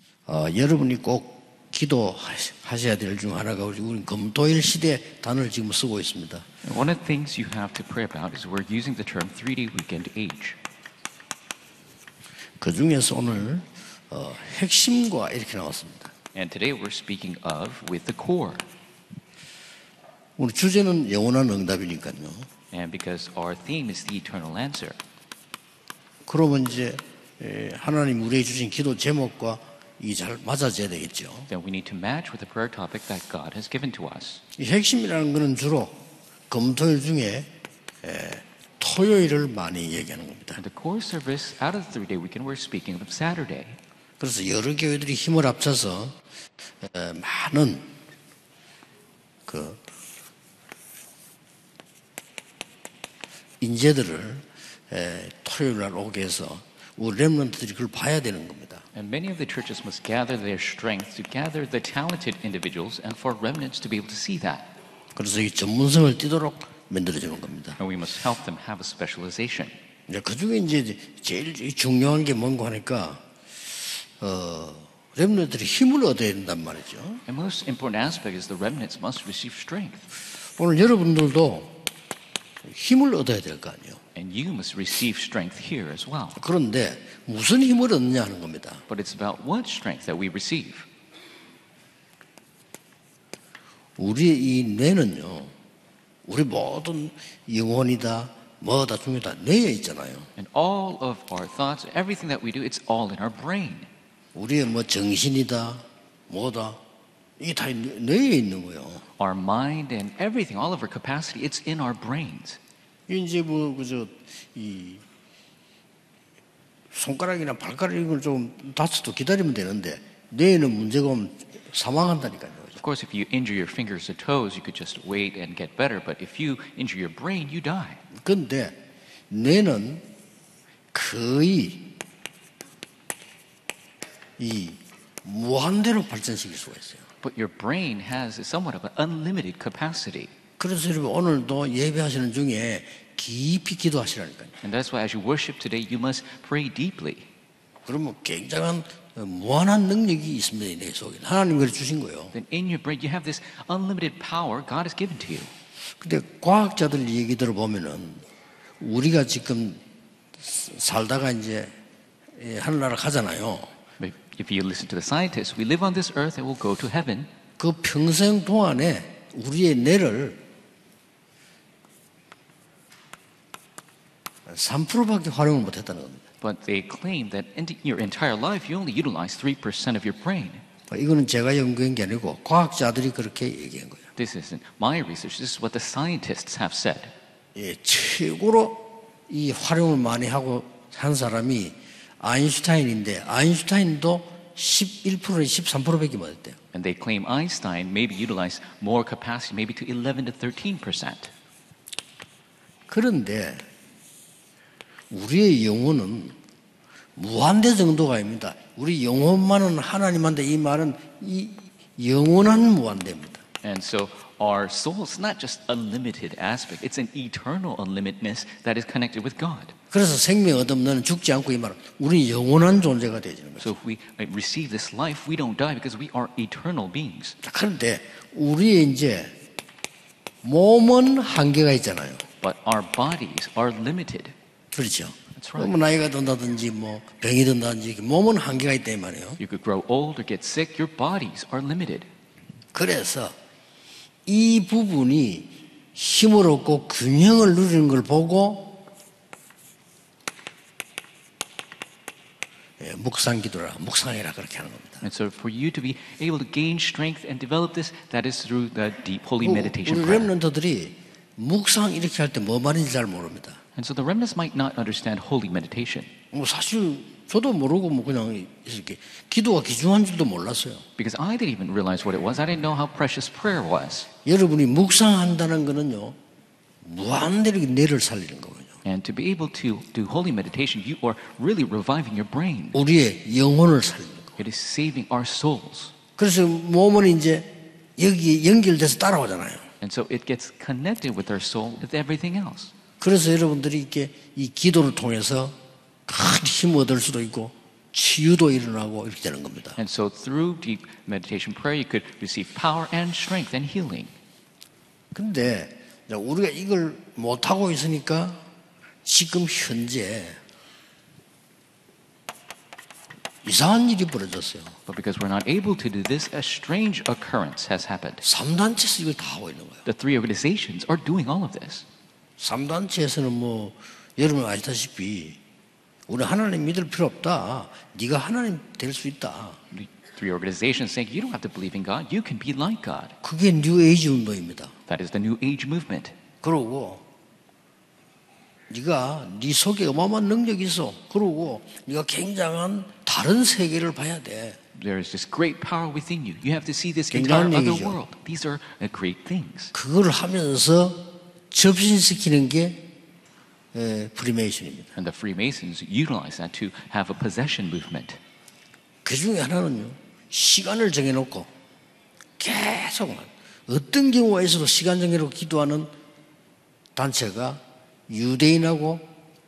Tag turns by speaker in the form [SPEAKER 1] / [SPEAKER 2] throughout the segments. [SPEAKER 1] 어, 여러분이 꼭 기도하셔야 될 중 하나가 우리 우리 검토일 시대 단어를 지금 쓰고 있습니다.
[SPEAKER 2] And one of the things you have to pray about is we're using the term 3D weekend age.
[SPEAKER 1] 그 중에서 오늘 어, 핵심과 이렇게 나왔습니다.
[SPEAKER 2] And today we're speaking of with the core.
[SPEAKER 1] 오늘 주제는 영원한 응답이니까요.
[SPEAKER 2] And because our theme is the eternal answer.
[SPEAKER 1] 그러면 이제 에, 하나님 우리에게 주신 기도 제목과 이게 잘 맞아져야 되겠죠.
[SPEAKER 2] then we need to match with the prayer topic that God has given to us.
[SPEAKER 1] 이 핵심이라는 것은 주로 금토일 중에 에, 토요일을 많이 얘기하는 겁니다.
[SPEAKER 2] And the core service out of the three day weekend, we're speaking of Saturday.
[SPEAKER 1] 그래서 여러 교회들이 힘을 합쳐서 에, 많은 그 인재들을 에, 토요일 날 오게 해서 우리 렘런트들이 그걸 봐야 되는 겁니다.
[SPEAKER 2] And many of the churches must gather their strength to gather the talented individuals and for remnants to be able to see that.
[SPEAKER 1] 그래서 이 전문성을 띠도록 만들어주는 겁니다.
[SPEAKER 2] And we must help them have a specialization.
[SPEAKER 1] 이제 그 중에 이제 제일 중요한 게 뭔가 하니까 어 렘너들이 힘을 얻어야 된단 말이죠.
[SPEAKER 2] And most important aspect is the remnants must receive strength.
[SPEAKER 1] 오늘 여러분들도 힘을 얻어야 될 거 아니에요.
[SPEAKER 2] And you must receive strength here as well.
[SPEAKER 1] 그런데 무슨 힘을 얻느냐 하는 겁니다.
[SPEAKER 2] But it's about what strength that we receive.
[SPEAKER 1] 우리의 이 뇌는요, 우리 모든 영혼이다, 뭐다, 중요다 뇌에 있잖아요.
[SPEAKER 2] And all of our thoughts, everything that we do, it's all in our brain.
[SPEAKER 1] 우리의 뭐 정신이다, 뭐다, 이게 다 뇌- 뇌에 있는 거예요.
[SPEAKER 2] Our mind and everything, all of our capacity, it's in our brains.
[SPEAKER 1] 이제 뭐 그저 이 손가락이나 발가락 이걸 좀 다쳐도 기다리면 되는데 뇌에는 문제가 오면 사망한다니까요.
[SPEAKER 2] Of course, if you injure your fingers or toes, you could just wait and get better. But if you injure your brain, you die.
[SPEAKER 1] 근데 뇌는 거의 이 무한대로 발전시킬 수가 있어요.
[SPEAKER 2] But your brain has somewhat of an unlimited capacity.
[SPEAKER 1] 그래서 여러분 오늘도 예배하시는 중에 깊이 기도하시라니까요.
[SPEAKER 2] And that's why, as you worship today, you must pray deeply.
[SPEAKER 1] 그러면 굉장한 어, 무한한 능력이 있습니다. 이 뇌 속에 하나님 그래 주신 거예요.
[SPEAKER 2] Then, in your brain, you have this unlimited power God has given to you.
[SPEAKER 1] 근데 과학자들 얘기 들어보면은 우리가 지금 살다가 이제 예, 하늘나라 가잖아요.
[SPEAKER 2] But If you listen to the scientists, we live on this earth and we'll go to heaven.
[SPEAKER 1] 그 평생 동안에 우리의 뇌를 3%밖에 활용을 못했다는 겁니다.
[SPEAKER 2] But they claim that in your entire life, you only utilize 3% of your brain.
[SPEAKER 1] 뭐 이거는 제가 연구한 게 아니고 과학자들이 그렇게 얘기한 거예요.
[SPEAKER 2] This isn't my research, this is what the scientists have said.
[SPEAKER 1] 예, 최고로 이 활용을 많이 하고 한 사람이 아인슈타인인데 아인슈타인도 11%에 13%밖에 못했대요.
[SPEAKER 2] And they claim Einstein maybe utilized more capacity, maybe to 11 to 13 percent.
[SPEAKER 1] 그런데 우리의 영혼은 무한대 정도가 아닙니다. 우리 영혼만은 하나님한테 이 말은 이 영원한 무한대입니다.
[SPEAKER 2] And so our soul is not just a limited aspect, it's an eternal unlimitedness that is connected with God.
[SPEAKER 1] 그래서 생명 얻으면 너는 죽지 않고 이 말은 우리 영원한 존재가 되어지는 거예요.
[SPEAKER 2] So if we uh, receive this life, we don't die because we are eternal beings.
[SPEAKER 1] 자, 그런데 우리의 이제 몸은 한계가 있잖아요.
[SPEAKER 2] But our bodies are limited.
[SPEAKER 1] 그렇죠.
[SPEAKER 2] That's right.
[SPEAKER 1] 그러면 나이가 든다든지 뭐 병이 든다든지 이렇게 몸은 한계가 있다 이 말이에요.
[SPEAKER 2] You could grow old or get sick, your bodies are limited.
[SPEAKER 1] 그래서 이 부분이 힘을 얻고 균형을 누리는 걸 보고 예, 묵상기도라 묵상이라 그렇게 하는 겁니다.
[SPEAKER 2] And so for you to be able to gain strength and develop this, that is through the deep holy
[SPEAKER 1] Oh,
[SPEAKER 2] meditation
[SPEAKER 1] 우리
[SPEAKER 2] prayer.
[SPEAKER 1] 렘런터들이 묵상 이렇게 할 때 뭐 말인지 잘 모릅니다.
[SPEAKER 2] And so the remnants might not understand holy meditation.
[SPEAKER 1] 뭐 사실 저도 모르고 뭐 그냥 이렇게 기도가 귀중한 줄도 몰랐어요.
[SPEAKER 2] Because I didn't even realize what it was. I didn't know how precious prayer was.
[SPEAKER 1] 여러분이 묵상한다는 거는요 무한대로 뇌를 살리는 거거든요.
[SPEAKER 2] And to be able to do holy meditation, you are really reviving your brain.
[SPEAKER 1] 우리의 영혼을 살리는 거.
[SPEAKER 2] It is saving our souls.
[SPEAKER 1] 그래서 몸은 이제 여기 연결돼서 따라오잖아요.
[SPEAKER 2] And so it gets connected with our soul with everything else.
[SPEAKER 1] 그래서 여러분들이 이렇게 이 기도를 통해서 큰 힘을 얻을 수도 있고 치유도 일어나고 이렇게 되는 겁니다.
[SPEAKER 2] And so through deep meditation prayer, you could receive power and strength and healing.
[SPEAKER 1] 근데 이제 우리가 이걸 못하고 있으니까 지금 현재 이상한 일이 벌어졌어요.
[SPEAKER 2] But because we're not able to do this, a strange occurrence has happened.
[SPEAKER 1] 3단체에서 이걸 다 하고 있는 거예요.
[SPEAKER 2] The three organizations are doing all of this.
[SPEAKER 1] 3단체에서는 뭐 여러분 아시다시피 우리 하나님 믿을 필요 없다. 네가 하나님 될 수 있다.
[SPEAKER 2] The three organizations saying, you don't have to believe in God, you can be like God.
[SPEAKER 1] 그게 뉴 에이지 운동입니다.
[SPEAKER 2] That is the New Age movement.
[SPEAKER 1] 그러고 네가 네 속에 어마어마한 능력이 있어. 그러고 네가 굉장한 다른 세계를 봐야 돼.
[SPEAKER 2] There is this great power within you. You have to see this entire
[SPEAKER 1] 굉장한
[SPEAKER 2] other
[SPEAKER 1] 얘기죠.
[SPEAKER 2] world. These are uh, great things.
[SPEAKER 1] 그걸 하면서 접신시키는 게 에, 프리메이션입니다.
[SPEAKER 2] And the Freemasons utilize that to have a possession movement.
[SPEAKER 1] 그 중에 하나는요. 시간을 정해놓고 계속 어떤 경우에서도 시간 정해놓고 기도하는 단체가 유대인하고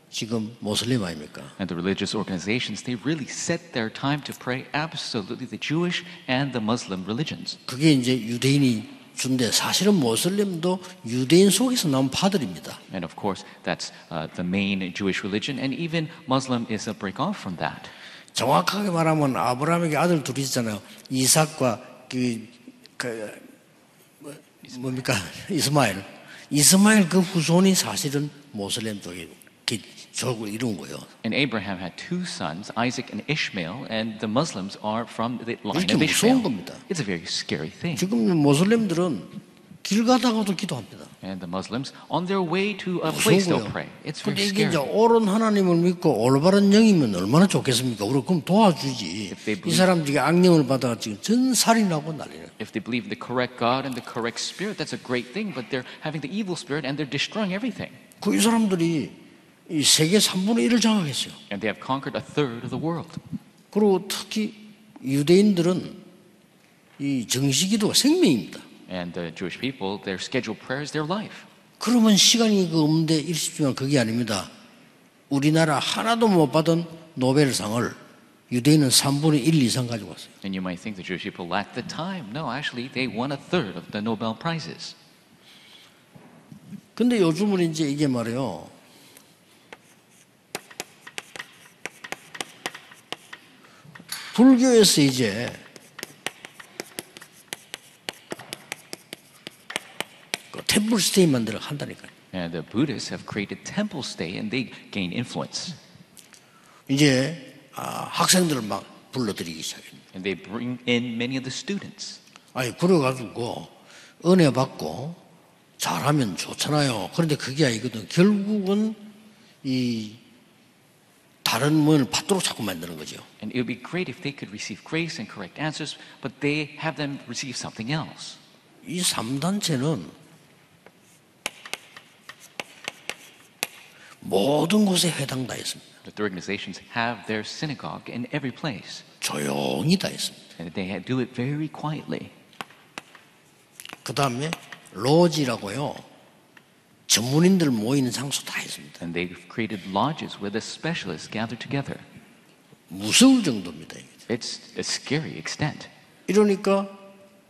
[SPEAKER 1] 지금 모슬림 아닙니까?
[SPEAKER 2] And the religious organizations, they really set their time to pray absolutely the Jewish and the Muslim religions.
[SPEAKER 1] 그게 이제 유대인이 준데 사실은 모슬림도 유대인 속에서 나온 파들입니다.
[SPEAKER 2] And of course, that's uh, the main Jewish religion, and even Muslim is a break off from that.
[SPEAKER 1] 정확하게 말하면 아브라함에게 아들 둘이 있잖아요. 이삭과 그, 그 뭐- 뭡니까 이스마엘. 이스마엘 그 후손이 사실은 모슬렘 쪽에 그 조국을 이룬 거예요.
[SPEAKER 2] And Abraham had two sons, Isaac and Ishmael, and the Muslims are from the line
[SPEAKER 1] 이렇게 무서운
[SPEAKER 2] of Ishmael.
[SPEAKER 1] 겁니다.
[SPEAKER 2] It's a very scary thing.
[SPEAKER 1] 지금 모슬렘들은 길 가다가도 기도합니다.
[SPEAKER 2] And the Muslims, on their way to a place, they'll
[SPEAKER 1] 무서워요.
[SPEAKER 2] pray. It's very
[SPEAKER 1] 근데 이게
[SPEAKER 2] scary.
[SPEAKER 1] 이제 옳은 하나님을 믿고 올바른 영이면 얼마나 좋겠습니까? 우리 그럼 도와주지.
[SPEAKER 2] If they
[SPEAKER 1] 이
[SPEAKER 2] believe-
[SPEAKER 1] 사람들이 악령을 받아가 지금 전살인하고 난리예요.
[SPEAKER 2] If they believe the correct God and the correct spirit, that's a great thing, but they're having the evil spirit and they're destroying everything.
[SPEAKER 1] 그이 사람들이 이 세계 3분의 1을 장악했어요.
[SPEAKER 2] And they have conquered a third of the world.
[SPEAKER 1] 그리고 특히 유대인들은 이 정시기도가 생명입니다.
[SPEAKER 2] And the Jewish people, their scheduled prayer is their life.
[SPEAKER 1] 그러면 시간이 그 없는데 일십지만 그게 아닙니다. 우리나라 하나도 못 받은 노벨상을 유대인은 3분의 1 이상 가지고 왔어요.
[SPEAKER 2] And you might think the Jewish people lack the time. No, actually, they won a third of the Nobel Prizes.
[SPEAKER 1] 근데 요즘은 이제 이게 말이에요. 불교에서 이제 그 템플스테이 만들어 한다니까요.
[SPEAKER 2] And the Buddhists have created temple stay and they gain influence.
[SPEAKER 1] 이제 아, 학생들을 막 불러들이기 시작합니다.
[SPEAKER 2] And they bring in many of the students.
[SPEAKER 1] 아니 그래가지고 은혜 받고 잘하면 좋잖아요. 그런데 그게 아니거든. 결국은 이 다른 문을 받도록 자꾸 만드는 거죠.
[SPEAKER 2] And it would be great if they could receive grace and correct answers, but they have them receive something else.
[SPEAKER 1] 이 3단체는 모든 곳에 해당 다 있습니다.
[SPEAKER 2] The three organizations have their synagogue in every place,
[SPEAKER 1] 조용히 다 있습니다.
[SPEAKER 2] and they do it very quietly.
[SPEAKER 1] 그 다음에 로지라고요. 전문인들 모이는 장소 다 있습니다.
[SPEAKER 2] And they've created lodges where the specialists gather together.
[SPEAKER 1] 무서울 정도입니다. 이게.
[SPEAKER 2] It's a scary extent.
[SPEAKER 1] 이러니까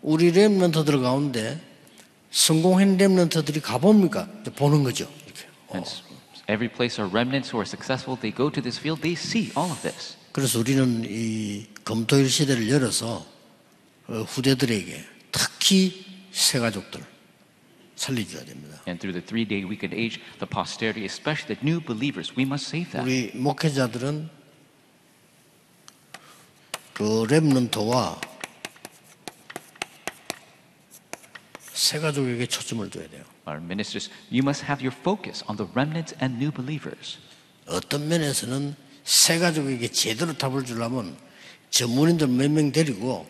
[SPEAKER 1] 우리 랩런터들 가운데 성공한 랩런터들이 가봅니까? 이제 보는 거죠. 이렇게. 어.
[SPEAKER 2] And s- every place are remnants who are successful. They go to this field, they see all of this.
[SPEAKER 1] 그래서 우리는 이 검토일 시대를 열어서 어, 후대들에게 특히 새 가족들 살려줘야 됩니다.
[SPEAKER 2] And through the three day weekend age, the posterity, especially the new believers, we must save them.
[SPEAKER 1] 우리 목회자들은 그 랩런트와 새 가족에게 초점을 둬야 돼요.
[SPEAKER 2] Our ministers, you must have your focus on the remnants and new believers.
[SPEAKER 1] 어떤 면에서는 새 가족에게 제대로 답을 주려면 전문인들 몇 명 데리고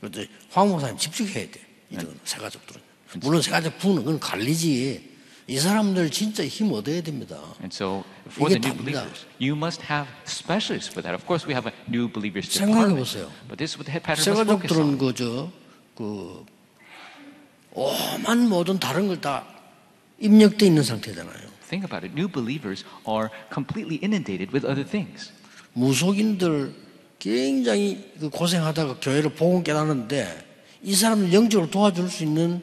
[SPEAKER 1] 그래도 황 목사님 집중해야 돼. 이런 새 가족들은. 물론 새 가족 부는 건 관리지. 이 사람들 진짜 힘 얻어야 됩니다.
[SPEAKER 2] And so, for
[SPEAKER 1] 이게
[SPEAKER 2] the new
[SPEAKER 1] 답니다.
[SPEAKER 2] believers, you must have specialists for that. Of course, we have a new believers
[SPEAKER 1] 생각해
[SPEAKER 2] department.
[SPEAKER 1] 보세요.
[SPEAKER 2] But this is what the head pattern
[SPEAKER 1] 새
[SPEAKER 2] must focus
[SPEAKER 1] 가족들은
[SPEAKER 2] on.
[SPEAKER 1] 그저 그 오만 모든 다른 걸 다 입력돼 있는 상태잖아요.
[SPEAKER 2] Think about it. New believers are completely inundated with other things.
[SPEAKER 1] 무속인들 굉장히 그 고생하다가 교회를 복음 깨닫는데 이 사람을 영적으로 도와줄 수 있는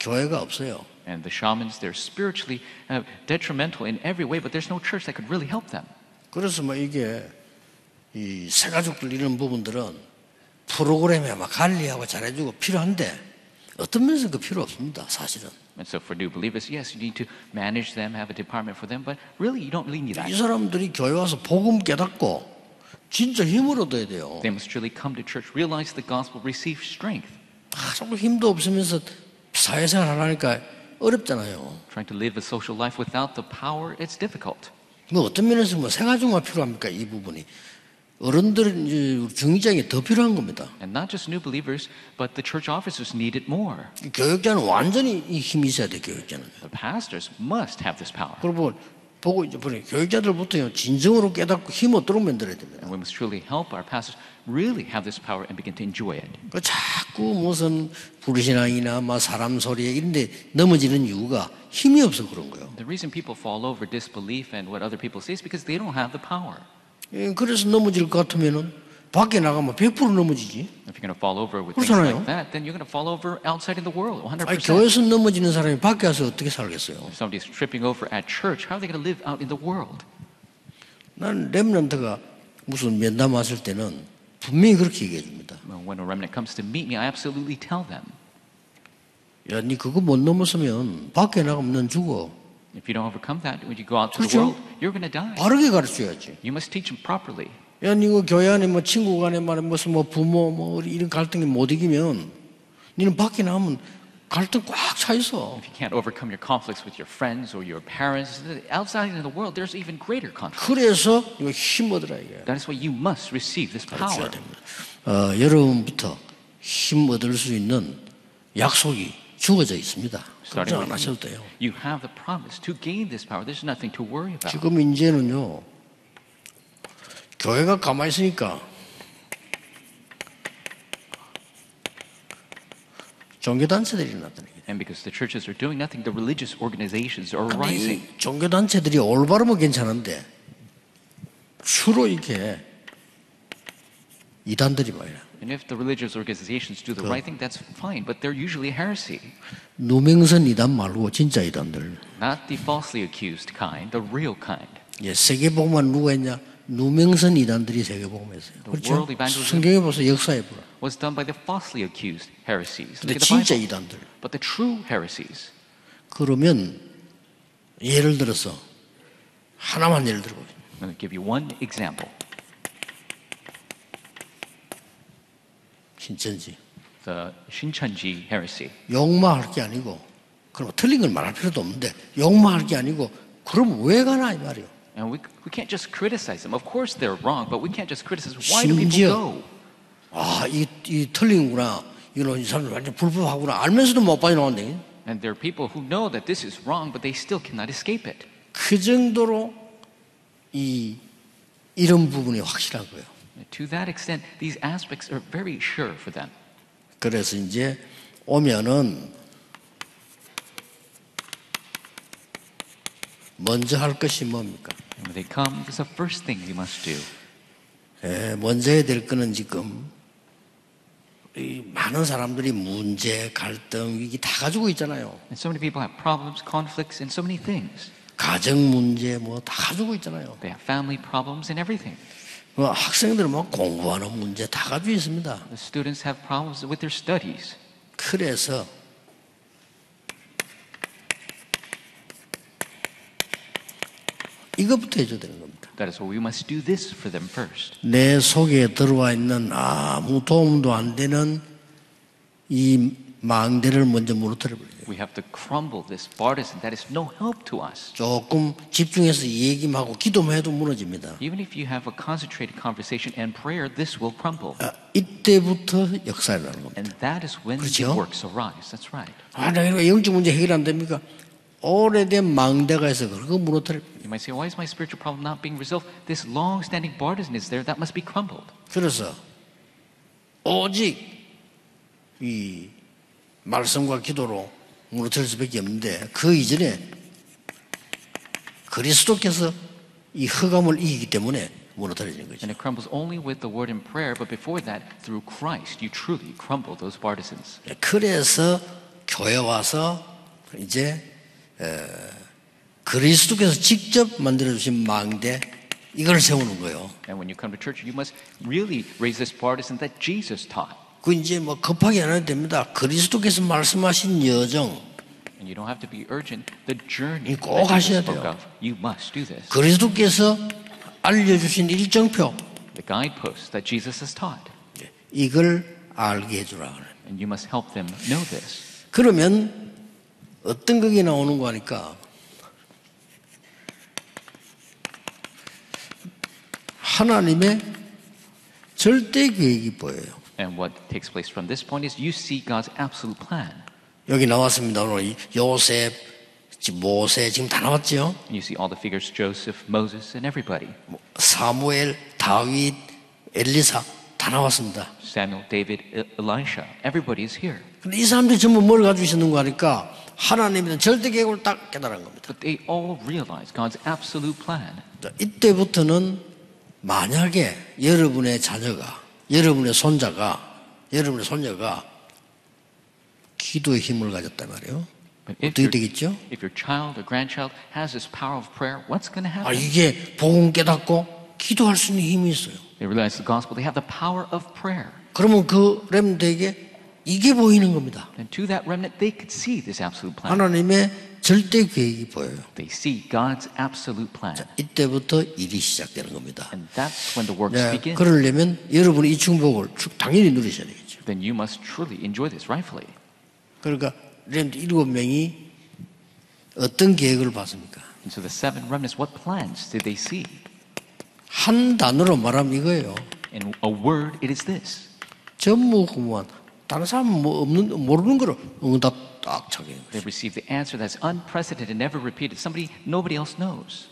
[SPEAKER 1] 교회가 없어요.
[SPEAKER 2] And the shamans, they're spiritually uh, detrimental in every way, but there's no church that could really help them.
[SPEAKER 1] 그래서 뭐 이게 이 새가족들 이런 부분들은 프로그램에 막 관리하고 잘해주고 필요한데 어떤 면에서 그 필요 없습니다. 사실은
[SPEAKER 2] And so for new believers, yes, you need to manage them, have a department for them, but really you don't really need
[SPEAKER 1] 이
[SPEAKER 2] that.
[SPEAKER 1] 사람들이 교회 와서 복음 깨닫고 진짜 힘을 얻어야 돼요.
[SPEAKER 2] They must really come to church, realize the gospel, receive strength.
[SPEAKER 1] 아, 자꾸 힘도 없으면서 사회생활 하라니까 어렵잖아요.
[SPEAKER 2] Trying to live a social life without the power, it's difficult.
[SPEAKER 1] 뭐 어떤 면에서 뭐 생활중화 필요합니까 이 부분이 어른들은 이제 우리 중위장이 더 필요한 겁니다.
[SPEAKER 2] And not just new believers, but the church officers need it more.
[SPEAKER 1] 이 교육자는 완전히 이 힘이 있어야 돼 교육자는.
[SPEAKER 2] The pastors must have this power.
[SPEAKER 1] 그리고 보고 이제 보니 교육자들부터 진정으로 깨닫고 힘 얻도록 만들어야 됩니다.
[SPEAKER 2] And we must truly help our pastors really have this power and begin to enjoy it.
[SPEAKER 1] 그 자꾸 무슨 불신앙이나 막 사람 소리에 이런데 넘어지는 이유가 힘이 없어 그런 거예요.
[SPEAKER 2] The reason people fall over disbelief and what other people say is because they don't have the power.
[SPEAKER 1] 예, 그래서 넘어질 것 같으면은 밖에 나가면 100% 넘어지지.
[SPEAKER 2] If you're going to fall over with things like
[SPEAKER 1] 그렇잖아요.
[SPEAKER 2] that, then you're going to fall over outside in the world,
[SPEAKER 1] 아니
[SPEAKER 2] 100%.
[SPEAKER 1] 교회에서 넘어지는 사람이 밖에 와서 어떻게 살겠어요?
[SPEAKER 2] If somebody's tripping over at church, how are they going to live out in the world?
[SPEAKER 1] 난 렘런트가 무슨 면담 왔을 때는 분명히 그렇게 얘기해 줍니다.
[SPEAKER 2] Well, When a remnant comes to meet me, I absolutely tell them,
[SPEAKER 1] 야, 니 그거 못 넘어서면 밖에 나가면 넌 죽어.
[SPEAKER 2] if you don't overcome that, when you go out to the
[SPEAKER 1] 그렇죠.
[SPEAKER 2] world, you're going to die.
[SPEAKER 1] 바르게 가르쳐야지.
[SPEAKER 2] You must teach them properly.
[SPEAKER 1] 야, 니그 교회 안에 뭐 친구 간에 말에 무슨 뭐 부모 뭐 이런 갈등이 못 이기면 니는 밖에 나가면 갈등 꽉 차 있어.
[SPEAKER 2] If you can't overcome your conflicts with your friends or your parents, outside in the world, there's even greater conflict.
[SPEAKER 1] 그래서 이거 힘 얻으라 이게.
[SPEAKER 2] That is why you must receive this power.
[SPEAKER 1] 가르쳐야 됩니다. 어, 여러분부터 힘 얻을 수 있는 약속이 주어져 있습니다. 걱정 안 하셔도 돼요.
[SPEAKER 2] you have the promise to gain this power. There's nothing to worry about.
[SPEAKER 1] 지금 이제는요 교회가 가만히 있으니까 종교단체들이 나타나게
[SPEAKER 2] And because the churches are doing nothing, the religious organizations are
[SPEAKER 1] 근데
[SPEAKER 2] rising.
[SPEAKER 1] 이 종교단체들이 올바르면 괜찮은데 주로 이렇게 이단들이 와요
[SPEAKER 2] And if the religious organizations do the right thing, that's fine. But they're usually heresy,
[SPEAKER 1] 누명선 이단 말고 진짜 이단들
[SPEAKER 2] not the falsely accused kind, the real kind.
[SPEAKER 1] 예, 세계복음만 누가 했냐 누명선 이단들이 세계복음에 있어요 그렇죠?
[SPEAKER 2] world evangelism.
[SPEAKER 1] 성경에 보세요 역사에 보라
[SPEAKER 2] Was done by the falsely accused heresies.
[SPEAKER 1] 근데
[SPEAKER 2] Look at the
[SPEAKER 1] 진짜
[SPEAKER 2] Bible.
[SPEAKER 1] 이단들
[SPEAKER 2] But the true heresies.
[SPEAKER 1] 그러면 예를 들어서 하나만 예를 들어 보세요.
[SPEAKER 2] I'm going to give you one example.
[SPEAKER 1] 신천지.
[SPEAKER 2] The Shincheonji heresy.
[SPEAKER 1] 욕만 할 게 아니고 그럼 틀린 걸 말할 필요도 없는데 욕만 할 게 아니고 그럼 왜 가나 이 말이요.
[SPEAKER 2] And we, we can't just criticize them. Of course they're wrong, but we can't just criticize. Why do people
[SPEAKER 1] 심지어-
[SPEAKER 2] go?
[SPEAKER 1] 아, 이, 이 틀린구나. 이런 이 사람들 완전 불법하구나. 알면서도 못 빠져나온대.
[SPEAKER 2] And there are people who know that this is wrong, but they still cannot escape it.
[SPEAKER 1] 그 정도로 이 이런 부분이 확실한 거예요.
[SPEAKER 2] And to that extent, these aspects are very sure for them.
[SPEAKER 1] 그래서 이제 오면은 먼저 할 것이 뭡니까?
[SPEAKER 2] And when they come, it's the first thing you must do.
[SPEAKER 1] 예, 먼저 해야 될 거는 지금 이 많은 사람들이 문제, 갈등, 위기 다 가지고 있잖아요.
[SPEAKER 2] And so many people have problems, conflicts, and so many things.
[SPEAKER 1] 가정 문제 뭐 다 가지고 있잖아요.
[SPEAKER 2] They have family problems and everything.
[SPEAKER 1] 뭐 학생들은 뭐 공부하는 문제 다 가지고 있습니다.
[SPEAKER 2] The students have problems with their studies.
[SPEAKER 1] 그래서 이것부터 해줘야 되는 겁니다.
[SPEAKER 2] That is why we must do this for them first.
[SPEAKER 1] 내 속에 들어와 있는 아무 도움도 안 되는 이 망대를 먼저 무너뜨려버려요.
[SPEAKER 2] We have to crumble this partisan that is no help to us.
[SPEAKER 1] 조금 집중해서 얘기만 하고 기도만 해도 무너집니다.
[SPEAKER 2] Even if you have a concentrated conversation and prayer, this will crumble.
[SPEAKER 1] 아, 이때부터 역사에 나는 겁니다.
[SPEAKER 2] And that is when the
[SPEAKER 1] 그렇죠.
[SPEAKER 2] works arise. That's right.
[SPEAKER 1] 아, 나 이거 영적 문제 해결 안 됩니까? 오래된 망대가 있어 그거 무너뜨려.
[SPEAKER 2] You might say, why is my spiritual problem not being resolved? This long-standing partisan is there. That must be crumbled.
[SPEAKER 1] 그래서 오직 이 말씀과 기도로 무너뜨릴 수밖에 없는데 그 이전에 그리스도께서 이 흑암을 이기기 때문에 무너뜨리는 거죠.
[SPEAKER 2] And it crumbles only with the word and prayer, but before that, through Christ, you truly crumble those partisans.
[SPEAKER 1] 그래서 교회 와서 이제 어, 그리스도께서 직접 만들어 주신 망대 이걸 세우는 거예요.
[SPEAKER 2] And when you come to church, you must really raise this partisan that Jesus taught.
[SPEAKER 1] 그 이제 뭐 급하게 안 해도 됩니다. 그리스도께서 말씀하신 여정,
[SPEAKER 2] And you don't have to be urgent. The journey
[SPEAKER 1] 꼭
[SPEAKER 2] that Jesus
[SPEAKER 1] 하셔야
[SPEAKER 2] spoke
[SPEAKER 1] 돼요.
[SPEAKER 2] of, you must do this.
[SPEAKER 1] 그리스도께서 알려주신 일정표
[SPEAKER 2] The guideposts that Jesus has taught.
[SPEAKER 1] 이걸 알게 해주라. 그래요.
[SPEAKER 2] And you must help them know this.
[SPEAKER 1] 그러면 어떤 극이 나오는 거 하니까 하나님의 절대 계획이 보여요.
[SPEAKER 2] And what takes place from this point is you see God's absolute plan.
[SPEAKER 1] 여기 나왔습니다. 오늘 이 요셉, 지- 모세 지금 다 나왔죠. 뭐,
[SPEAKER 2] And you see all the figures Joseph, Moses, and everybody
[SPEAKER 1] 사무엘, 다윗, 엘리사 다 나왔습니다.
[SPEAKER 2] Samuel, David, E- Elisha. Everybody is here.
[SPEAKER 1] 근데 이 사람들이 전부 뭘 가지고 있는 거 하니까 하나님의 절대 계획을 딱 깨달은 겁니다.
[SPEAKER 2] But they all realize God's absolute plan.
[SPEAKER 1] 자, 이때부터는 만약에 여러분의 자녀가 여러분의 손자가 여러분의 손녀가 기도의 힘을 가졌단 말이에요.
[SPEAKER 2] But if,
[SPEAKER 1] 어떻게
[SPEAKER 2] your,
[SPEAKER 1] 되겠죠?
[SPEAKER 2] if your child or grandchild has this power of prayer, what's going to
[SPEAKER 1] 아
[SPEAKER 2] happen?
[SPEAKER 1] 이게 복음 깨닫고 기도할 수 있는 힘이 있어요.
[SPEAKER 2] They realize the gospel, they have the power of prayer.
[SPEAKER 1] 그러면 그 렘드에게 이게 보이는 겁니다.
[SPEAKER 2] And to that remnant, they could see this absolute plan.
[SPEAKER 1] 하나님의 절대 계획이 보여요.
[SPEAKER 2] They see God's absolute plan.
[SPEAKER 1] 이때부터 일이 시작되는 겁니다.
[SPEAKER 2] And that's when the works
[SPEAKER 1] 네,
[SPEAKER 2] begin.
[SPEAKER 1] 그러려면 여러분이 이 축복을 축- 당연히 누리셔야 되겠죠.
[SPEAKER 2] Then you must truly enjoy this rightfully.
[SPEAKER 1] 그러니까 렘드 일곱 명이 어떤 계획을 봤습니까?
[SPEAKER 2] And so the seven remnants, what plans did they see?
[SPEAKER 1] 한 단어로 말하면 이거예요.
[SPEAKER 2] In a word, it is this
[SPEAKER 1] 전무후무한 다른 사람 뭐 없는 모르는 거로 응답 딱 차게.
[SPEAKER 2] they received the answer that's unprecedented and never repeated, somebody nobody else knows.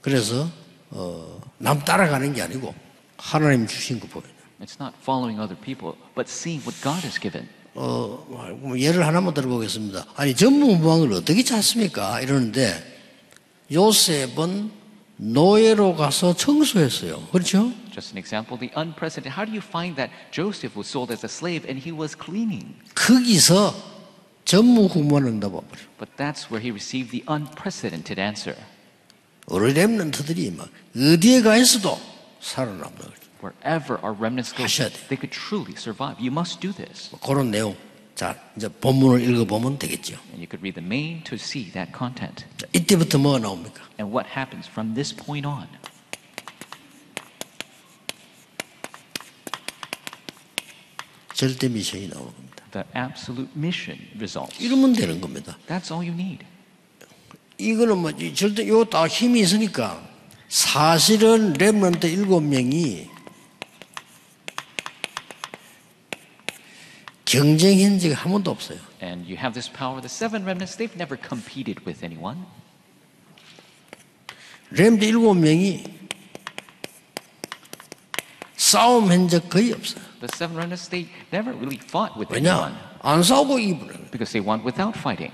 [SPEAKER 1] 그래서 어, 남 따라가는 게 아니고 하나님 주신 거 보여요.
[SPEAKER 2] It's not following other people, but seeing what God has given.
[SPEAKER 1] 어, 뭐 예를 하나만 들어보겠습니다. 아니 전무후무한을 어떻게 찾습니까? 이러는데 요셉은 노예로 가서 청소했어요. 그렇죠?
[SPEAKER 2] Just an example, the unprecedented. How do you find that Joseph was sold as a slave and he was cleaning?
[SPEAKER 1] 거기서 전무후무한 응답을 버려.
[SPEAKER 2] But that's where he received the unprecedented answer,
[SPEAKER 1] 우리 렘런트들이 막 어디에 가 있어도 살아남는 거죠.
[SPEAKER 2] wherever our remnants go,
[SPEAKER 1] 하셔야 돼요.
[SPEAKER 2] they could truly survive. You must do this.
[SPEAKER 1] 그런 내용. 자, 이제 본문을 읽어보면 되겠죠.
[SPEAKER 2] And you could read the main to see that content.
[SPEAKER 1] 자, 이때부터 뭐가 나옵니까?
[SPEAKER 2] And what happens from this point on?
[SPEAKER 1] 절대 미션이 나오는 겁니다.
[SPEAKER 2] The absolute mission results.
[SPEAKER 1] 이러면 되는 겁니다.
[SPEAKER 2] That's all you need.
[SPEAKER 1] 이거는 뭐, 이 절대, 이거 다 힘이 있으니까 사실은 랩런트 일곱 명이 경쟁한 적이 한 번도 없어요.
[SPEAKER 2] And you have this power. The seven remnants, they've never competed with anyone.
[SPEAKER 1] 랩런트 일곱 명이 싸움한 적 거의 없어요.
[SPEAKER 2] The seven remnants, they never really fought with anyone
[SPEAKER 1] 왜냐? 안 싸우고 이기버려요.
[SPEAKER 2] because they won without fighting.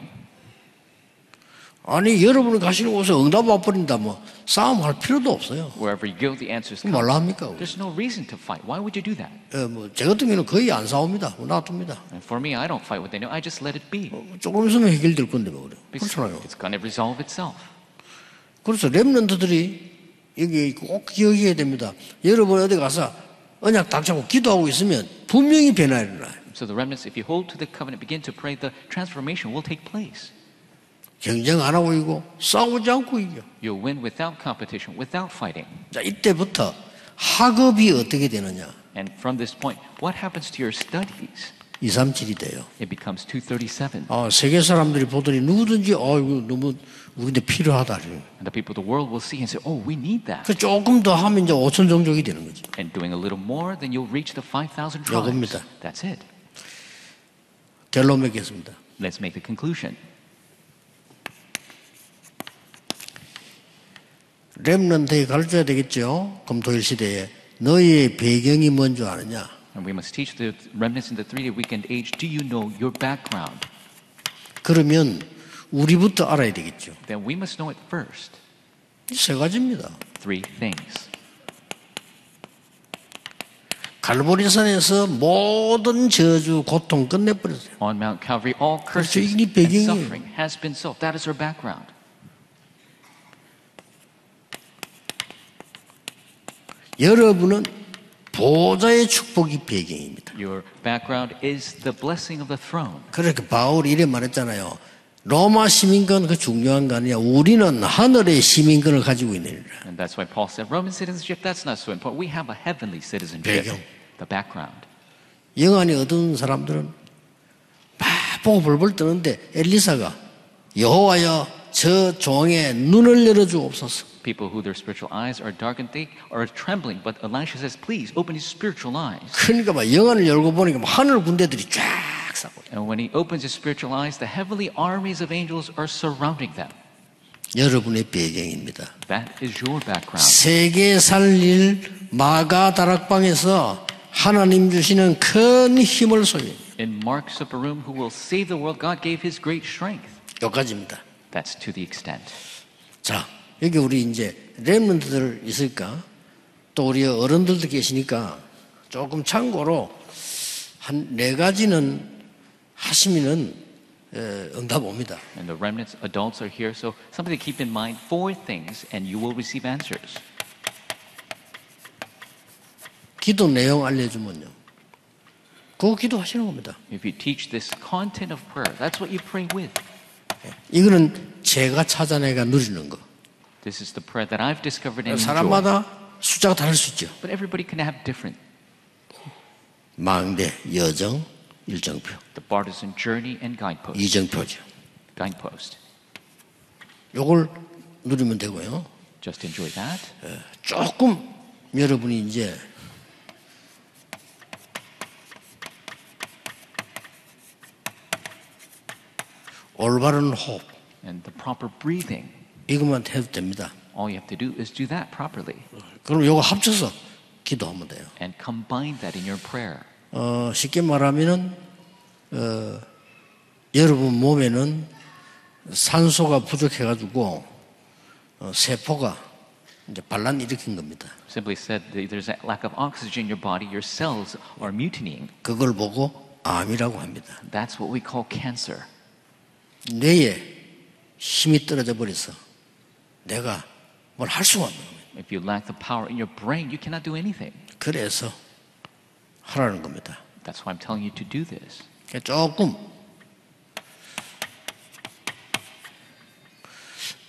[SPEAKER 1] 아니 여러분이 가시는 곳에 응답 와버린다 뭐 싸움할 필요도 없어요.
[SPEAKER 2] Wherever you go, the answers
[SPEAKER 1] 그럼
[SPEAKER 2] come.
[SPEAKER 1] 뭘로 합니까? 우리?
[SPEAKER 2] There's no reason to fight. Why would you do that?
[SPEAKER 1] 예, 뭐제 같은 경우는 거의 안 싸웁니다. 뭐, 놔둡니다. 뭐,
[SPEAKER 2] And for me, I don't fight with anyone. I just let it be.
[SPEAKER 1] 조금 있으면 해결될 건데 뭐 그래.
[SPEAKER 2] Because
[SPEAKER 1] 그렇잖아요.
[SPEAKER 2] It's going to resolve itself.
[SPEAKER 1] 그래서 랩런트들이 여기 꼭 기억해야 됩니다. 여러분 어디 가서 언약 딱 잡고 기도하고 있으면 분명히 변화 일어나요.
[SPEAKER 2] So the remnants, if you hold to the covenant, begin to pray, the transformation will take place.
[SPEAKER 1] 경쟁 안 하고 이고 싸우지 않고 이겨.
[SPEAKER 2] You'll win without competition, without fighting.
[SPEAKER 1] 자 이때부터 학업이 어떻게 되느냐?
[SPEAKER 2] And from this point, what happens to your studies?
[SPEAKER 1] 2, 3, 7이 돼요.
[SPEAKER 2] It becomes 237.
[SPEAKER 1] 아 세계 사람들이 보더니 누구든지 아이고 너무 우리한테 필요하다. 이래요.
[SPEAKER 2] And the people of the world will see and say, oh, we need that.
[SPEAKER 1] 그 조금 더 하면 이제 5천 종족이 되는 거죠.
[SPEAKER 2] And doing a little more, then you'll reach the 5,000 tribes.
[SPEAKER 1] 요겁니다.
[SPEAKER 2] That's it.
[SPEAKER 1] 결론 맺겠습니다.
[SPEAKER 2] Let's make the conclusion.
[SPEAKER 1] 렘런트에 가르쳐야 되겠죠. 금토일 시대에 너희의 배경이 뭔 줄 아느냐?
[SPEAKER 2] And we must teach the remnants in the three-day weekend age, do you know your background?
[SPEAKER 1] 그러면 우리부터 알아야 되겠죠.
[SPEAKER 2] Then we must know it first.
[SPEAKER 1] 이세 가지입니다.
[SPEAKER 2] Three things.
[SPEAKER 1] 갈보리산에서 모든 저주, 고통 끝내버렸어요.
[SPEAKER 2] On Mount Calvary, all curses
[SPEAKER 1] 이게
[SPEAKER 2] and
[SPEAKER 1] 배경이에요.
[SPEAKER 2] suffering has been solved. That is her background.
[SPEAKER 1] 여러분은 보좌의 축복이 배경입니다.
[SPEAKER 2] Your background is the blessing of the throne.
[SPEAKER 1] 그렇게 바울이 이래 말했잖아요. 로마 시민권 그 중요한 거 아니야. 우리는 하늘의 시민권을 가지고 있느니라.
[SPEAKER 2] And that's why Paul said, Roman citizenship, that's not so important. We have a heavenly citizenship.
[SPEAKER 1] 배경.
[SPEAKER 2] The background.
[SPEAKER 1] 영안이 얻은 사람들은 막 보고 벌벌 뜨는데 엘리사가 여호와여 저 종의 눈을 열어주옵소서.
[SPEAKER 2] People who their spiritual eyes are darkened, they are trembling. But Elisha says, Please open his spiritual eyes.
[SPEAKER 1] 그러니까 막 영안을 열고 보니까 막 하늘 군대들이 쫙 싸고
[SPEAKER 2] And when he opens his spiritual eyes, the heavenly armies of angels are surrounding them.
[SPEAKER 1] 여러분의 배경입니다.
[SPEAKER 2] That is your background.
[SPEAKER 1] 세계 살릴 마가 다락방에서 하나님 주시는 큰 힘을 소유.
[SPEAKER 2] In Mark's upper room, who will save the world, God gave his great strength.
[SPEAKER 1] 여기까지입니다.
[SPEAKER 2] That's to the extent.
[SPEAKER 1] 자, 여기 우리 이제 랩런트들 있을까? 또 우리 어른들도 계시니까 조금 참고로 한 네 가지는 하시면은 에, 응답 옵니다.
[SPEAKER 2] And the remnants, adults are here. So something to keep in mind four things, and you will receive answers.
[SPEAKER 1] 기도 내용 알려주면요. 그거 기도하시는 겁니다.
[SPEAKER 2] If you teach this content of prayer, that's what you pray with.
[SPEAKER 1] 이거는 제가 찾아내가 누리는 거.
[SPEAKER 2] This is the prayer that I've discovered and enjoyed.
[SPEAKER 1] 사람마다 숫자가 다를 수 있죠.
[SPEAKER 2] But everybody can have different.
[SPEAKER 1] 망대, 여정, 일정표,
[SPEAKER 2] The partisan journey and guidepost.
[SPEAKER 1] 이정표죠.
[SPEAKER 2] Guidepost.
[SPEAKER 1] 요걸 누르면 되고요.
[SPEAKER 2] Just enjoy that.
[SPEAKER 1] 조금 여러분이 이제 올바른 호흡
[SPEAKER 2] And the proper breathing.
[SPEAKER 1] 이것만 해도 됩니다.
[SPEAKER 2] All you have to do is do that properly
[SPEAKER 1] 그럼 요거 합쳐서 기도하면 돼요.
[SPEAKER 2] and combine that in your prayer.
[SPEAKER 1] 어, 쉽게 말하면은 어, 여러분 몸에는 산소가 부족해가지고 어, 세포가 이제 반란 일으킨 겁니다.
[SPEAKER 2] Simply said, th- there's a lack of oxygen in your body. Your cells are mutinying.
[SPEAKER 1] 그걸 보고 암이라고 합니다.
[SPEAKER 2] That's what we call cancer.
[SPEAKER 1] 뇌에 힘이 떨어져 버려서 내가 뭘 할 수가 없는 겁니다.
[SPEAKER 2] If you lack the power in your brain, you cannot do anything.
[SPEAKER 1] 그래서 하라는 겁니다.
[SPEAKER 2] That's why I'm telling you to do this.
[SPEAKER 1] 그러니까 조금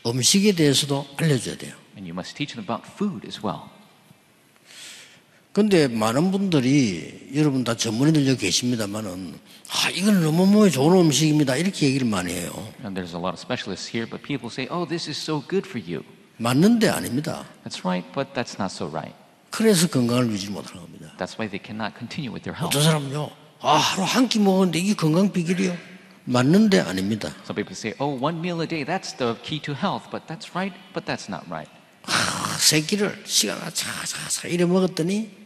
[SPEAKER 1] 음식에 대해서도 알려줘야 돼요.
[SPEAKER 2] And you must teach them about food as well.
[SPEAKER 1] 근데 많은 분들이 여러분 다 전문의들 여기 계십니다만은 아 이건 너무 몸에 좋은 음식입니다 이렇게 얘기를 많이 해요.
[SPEAKER 2] And there's a lot of specialists here, but people say, oh, this is so good for you.
[SPEAKER 1] 맞는데 아닙니다.
[SPEAKER 2] That's right, but that's not so right.
[SPEAKER 1] 그래서 건강을 유지 못하는 겁니다.
[SPEAKER 2] That's why they cannot continue with their
[SPEAKER 1] 어떤
[SPEAKER 2] health.
[SPEAKER 1] 사람은요 아 하루 한 끼 먹었는데 이게 건강 비결이요. 맞는데 아닙니다.
[SPEAKER 2] Some people say, oh, one meal a day, that's the key to health, but that's right, but that's not right.
[SPEAKER 1] 아, 세 끼를 시간 차차차 이래 먹었더니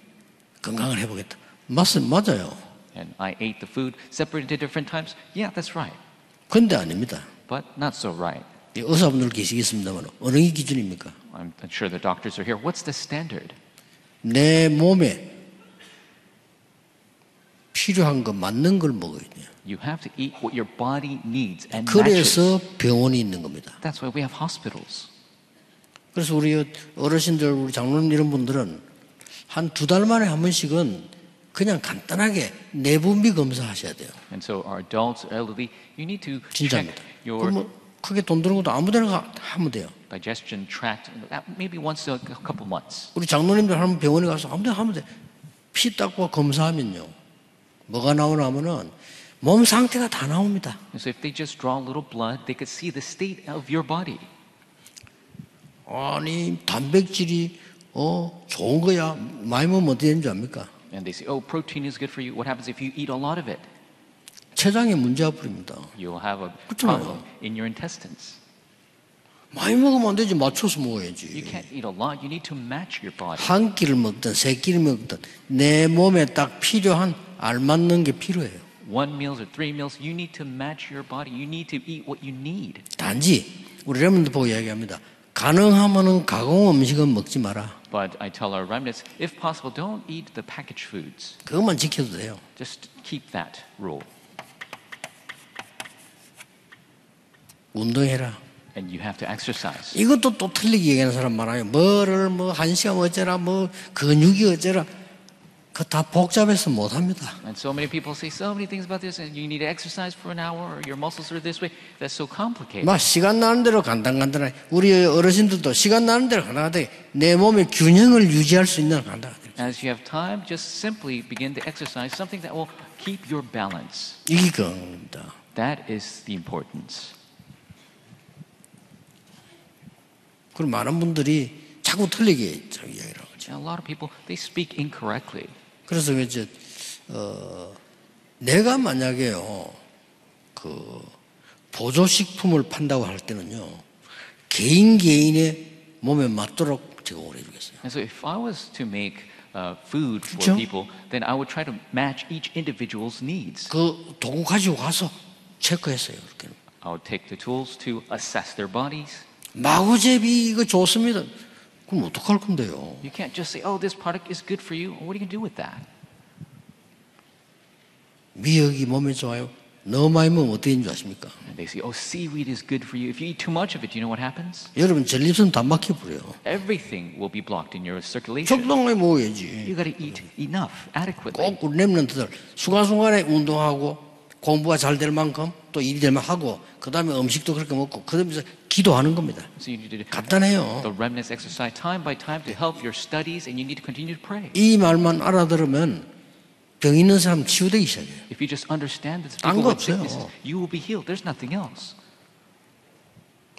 [SPEAKER 1] 건강을 해보겠다. 맞은 맞아요.
[SPEAKER 2] And I ate the food separated at different times. Yeah, that's right,
[SPEAKER 1] 근데 아닙니다.
[SPEAKER 2] but not so right.
[SPEAKER 1] 이 의사분들 계시겠습니다만 어느 게 기준입니까?
[SPEAKER 2] I'm I'm sure the doctors are here. What's the standard?
[SPEAKER 1] 내 몸에 필요한 거 맞는 걸 먹어야 돼요.
[SPEAKER 2] You have to eat what your body needs and matches.
[SPEAKER 1] 그래서 병원이 있는 겁니다.
[SPEAKER 2] That's why we have hospitals.
[SPEAKER 1] 그래서 우리 어르신들, 우리 장로님 이런 분들은 한 두 달 만에 한 번씩은 그냥 간단하게 내분비 검사하셔야 돼요.
[SPEAKER 2] And so our adults, elderly, you need to check
[SPEAKER 1] 진짜입니다.
[SPEAKER 2] your
[SPEAKER 1] 그럼 뭐 크게 돈 드는 것도 아무데나 가- 하면 돼요.
[SPEAKER 2] digestion tract that maybe once a c- couple months.
[SPEAKER 1] 우리 장로님들 하면 병원에 가서 아무데나 하면 돼. 피 닦고 검사하면요. 뭐가 나오나 하면은 몸 상태가 다 나옵니다.
[SPEAKER 2] And so if they just draw a little blood, they could see the state of your body.
[SPEAKER 1] 아니 단백질이 어 좋은 거야 많이 먹으면 어떻게 되는 줄 압니까?
[SPEAKER 2] And they say, oh, protein is good for you. What happens if you eat a lot of it?
[SPEAKER 1] 췌장에 문제가 뿌립니다.
[SPEAKER 2] You'll have a
[SPEAKER 1] 그렇잖아요.
[SPEAKER 2] problem in your intestines.
[SPEAKER 1] 많이 먹으면 안 되지 맞춰서
[SPEAKER 2] You
[SPEAKER 1] 먹어야지.
[SPEAKER 2] can't eat a lot. You need to match your body.
[SPEAKER 1] 한 끼를 먹든 세 끼를 먹든 내 몸에 딱 필요한 알맞는 게 필요해요.
[SPEAKER 2] One meals or three meals, you need to match your body. You need to eat what you need.
[SPEAKER 1] 단지 우리 레몬드 보고 이야기합니다. 가능하면은 가공 음식은 먹지 마라.
[SPEAKER 2] But I tell our remnants, if possible, don't eat the packaged foods.
[SPEAKER 1] 그것만 지켜도 돼요.
[SPEAKER 2] Just keep that rule.
[SPEAKER 1] 운동해라.
[SPEAKER 2] And you have to exercise.
[SPEAKER 1] 이것도 또 틀리게 얘기하는 사람 많아요. 뭐를 뭐 한 시간 어쩌라, 뭐 근육이 어쩌라. 그 다 복잡해서 못 합니다.
[SPEAKER 2] And so many people say so many things about this, and you need to exercise for an hour, or your muscles are this way. That's so complicated.
[SPEAKER 1] 막 시간 나는 대로 간당간당해. 우리 어르신들도 시간 나는 대로 간당간당해. 내 몸의 균형을 유지할 수 있는 간당간당해.
[SPEAKER 2] As you have time, just simply begin to exercise something that will keep your balance.
[SPEAKER 1] 이게 건강입니다.
[SPEAKER 2] That is the importance.
[SPEAKER 1] 그리고 많은 분들이 자꾸 틀리게 저 이야기를 하고.
[SPEAKER 2] And a lot of people they speak incorrectly.
[SPEAKER 1] 그래서 이제 어, 내가 만약에요 그 보조식품을 판다고 할 때는요 개인 개인의 몸에 맞도록 제공을 해주겠어요.
[SPEAKER 2] And so, if I was to make uh, food for
[SPEAKER 1] Sure.
[SPEAKER 2] people, then I would try to match each individual's needs.
[SPEAKER 1] 그 도구 가지고 가서 체크했어요. 이렇게
[SPEAKER 2] I would take the tools to assess their bodies.
[SPEAKER 1] 마구제비 이거 좋습니다. 그럼 어떡할 건데요?
[SPEAKER 2] You can't just say, "Oh, this product is good for you." What are you gonna do with that?
[SPEAKER 1] 미역이 몸에 좋아요. 너무 많이 먹으면 어떻게 되는 줄 아십니까?
[SPEAKER 2] And they say, "Oh, seaweed is good for you." If you eat too much of it, you know what happens?
[SPEAKER 1] 여러분 전립선 다 막혀버려요.
[SPEAKER 2] Everything will be blocked in your circulation.
[SPEAKER 1] 적당히 먹어야지.
[SPEAKER 2] You got to eat enough, adequately.
[SPEAKER 1] 꼭 우리 랩런트들 순간순간에 운동하고 공부가 잘 될 만큼 또 일이 될 만큼 하고 그 다음에 음식도 그렇게 먹고 그 다음에 기도하는 겁니다.
[SPEAKER 2] So you need to do
[SPEAKER 1] 간단해요.
[SPEAKER 2] the remnants exercise time by time to help your studies, and you need to continue to pray.
[SPEAKER 1] 이 말만 알아들으면 병 있는 사람 치유되기 시작해요.
[SPEAKER 2] If you just understand this,
[SPEAKER 1] 딴거
[SPEAKER 2] people with
[SPEAKER 1] 없어요.
[SPEAKER 2] sicknesses, you will be healed. There's nothing else.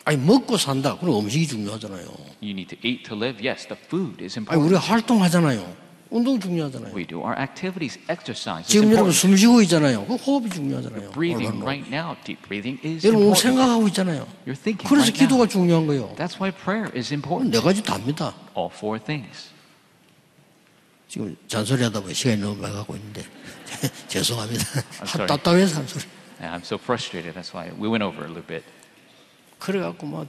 [SPEAKER 1] 아니 먹고 산다. 그럼 음식이 중요하잖아요.
[SPEAKER 2] You need to eat to live. Yes, the food is
[SPEAKER 1] 아니
[SPEAKER 2] important.
[SPEAKER 1] 우리가 활동하잖아요. 운동 중요하잖아요.
[SPEAKER 2] We do our activities, exercise is
[SPEAKER 1] 지금 여러분
[SPEAKER 2] important.
[SPEAKER 1] 숨 쉬고 있잖아요. 그 호흡이 중요하잖아요.
[SPEAKER 2] Breathing
[SPEAKER 1] 얼마나.
[SPEAKER 2] right now, deep breathing is
[SPEAKER 1] 여러분 오늘
[SPEAKER 2] important.
[SPEAKER 1] 생각하고 있잖아요.
[SPEAKER 2] You're thinking
[SPEAKER 1] 그래서
[SPEAKER 2] right now.
[SPEAKER 1] 기도가 중요한 거예요.
[SPEAKER 2] That's why prayer is important.
[SPEAKER 1] 네 가지 답니다.
[SPEAKER 2] All four things.
[SPEAKER 1] 지금 잔소리하다 보니 시간이 너무 많이 가고 있는데 죄송합니다.
[SPEAKER 2] sorry.
[SPEAKER 1] 답답해서 한 소리.
[SPEAKER 2] And I'm so frustrated. That's why we went over a little bit.
[SPEAKER 1] 그래갖고 뭐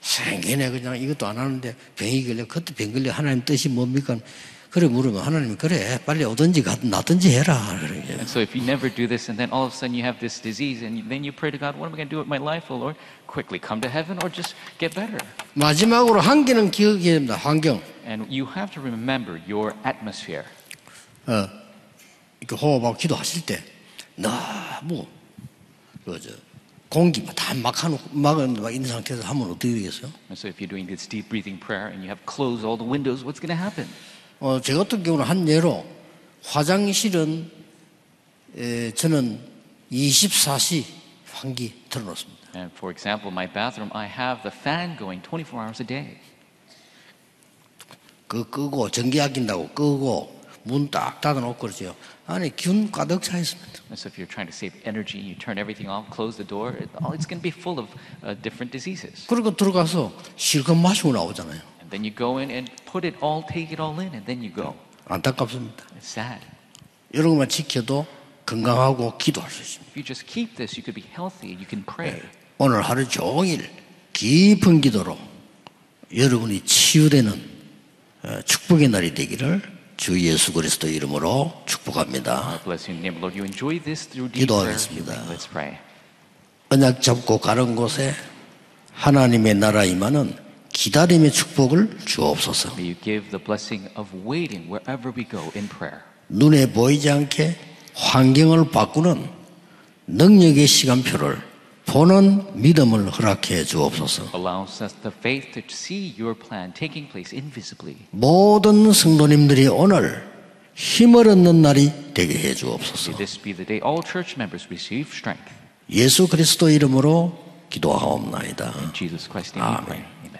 [SPEAKER 1] 생기네 그냥 이것도 안 하는데 병이 걸려 그것도 병 걸려 하나님 뜻이 뭡니까? 그래 물으면 하나님이 그래 빨리 오든지 가든 나든지 해라 그러게.
[SPEAKER 2] And so if you never do this, and then all of a sudden you have this disease, and then you pray to God, what am I going to do with my life, O Lord? Quickly come to heaven or just get better.
[SPEAKER 1] 마지막으로 환경은 기억해야 됩니다. 환경
[SPEAKER 2] And you have to remember your atmosphere.
[SPEAKER 1] 어, 이렇게 호흡하고 기도하실 때 너무 그저 공기 다 막아놓고 막 있는 상태에서 하면 어떻게 되겠어요?
[SPEAKER 2] And so if you're doing this deep breathing prayer and you have closed all the windows, what's going to happen?
[SPEAKER 1] 어, 제 같은 경우는 한 예로 화장실은 에, 저는 24시 환기 틀어놓습니다.
[SPEAKER 2] And Uh, for example, my bathroom, I have the fan going 24 hours a day.
[SPEAKER 1] 그 끄고 전기 아낀다고 끄고 문 딱 닫아놓고 그러죠. 안에 균 가득 차 있습니다.
[SPEAKER 2] And so if you're trying to save energy, you turn everything off, close the door, it, oh, it's going to be full of uh, different diseases.
[SPEAKER 1] 그리고 들어가서 실컷 마시고 나오잖아요.
[SPEAKER 2] And then you go in and put it all, take it all in, and then you go.
[SPEAKER 1] 안타깝습니다.
[SPEAKER 2] It's sad.
[SPEAKER 1] 이런 것만 지켜도 건강하고 기도할 수 있습니다.
[SPEAKER 2] If you just keep this, you could be healthy and you can pray.
[SPEAKER 1] 오늘 하루 종일 깊은 기도로 여러분이 치유되는 어, 축복의 날이 되기를 주 예수 그리스도 이름으로 축복합니다.
[SPEAKER 2] Bless you in the name of the Lord. You enjoy this through deep prayer.
[SPEAKER 1] 기도하겠습니다.
[SPEAKER 2] Let's pray.
[SPEAKER 1] 언약 잡고 가는 곳에 하나님의 나라 임하는 기다림의 축복을 주옵소서.
[SPEAKER 2] May you give the blessing of waiting wherever we go in prayer.
[SPEAKER 1] 눈에 보이지 않게 환경을 바꾸는 능력의 시간표를 보는 믿음을 허락해 주옵소서.
[SPEAKER 2] Allows us the faith to see your plan taking place invisibly.
[SPEAKER 1] 모든 성도님들이 오늘 힘을 얻는 날이 되게 해 주옵소서.
[SPEAKER 2] May this be the day all church members receive strength.
[SPEAKER 1] 예수 그리스도 이름으로 기도하옵나이다.
[SPEAKER 2] In Jesus Christ's name we
[SPEAKER 1] Amen.
[SPEAKER 2] pray. Amen.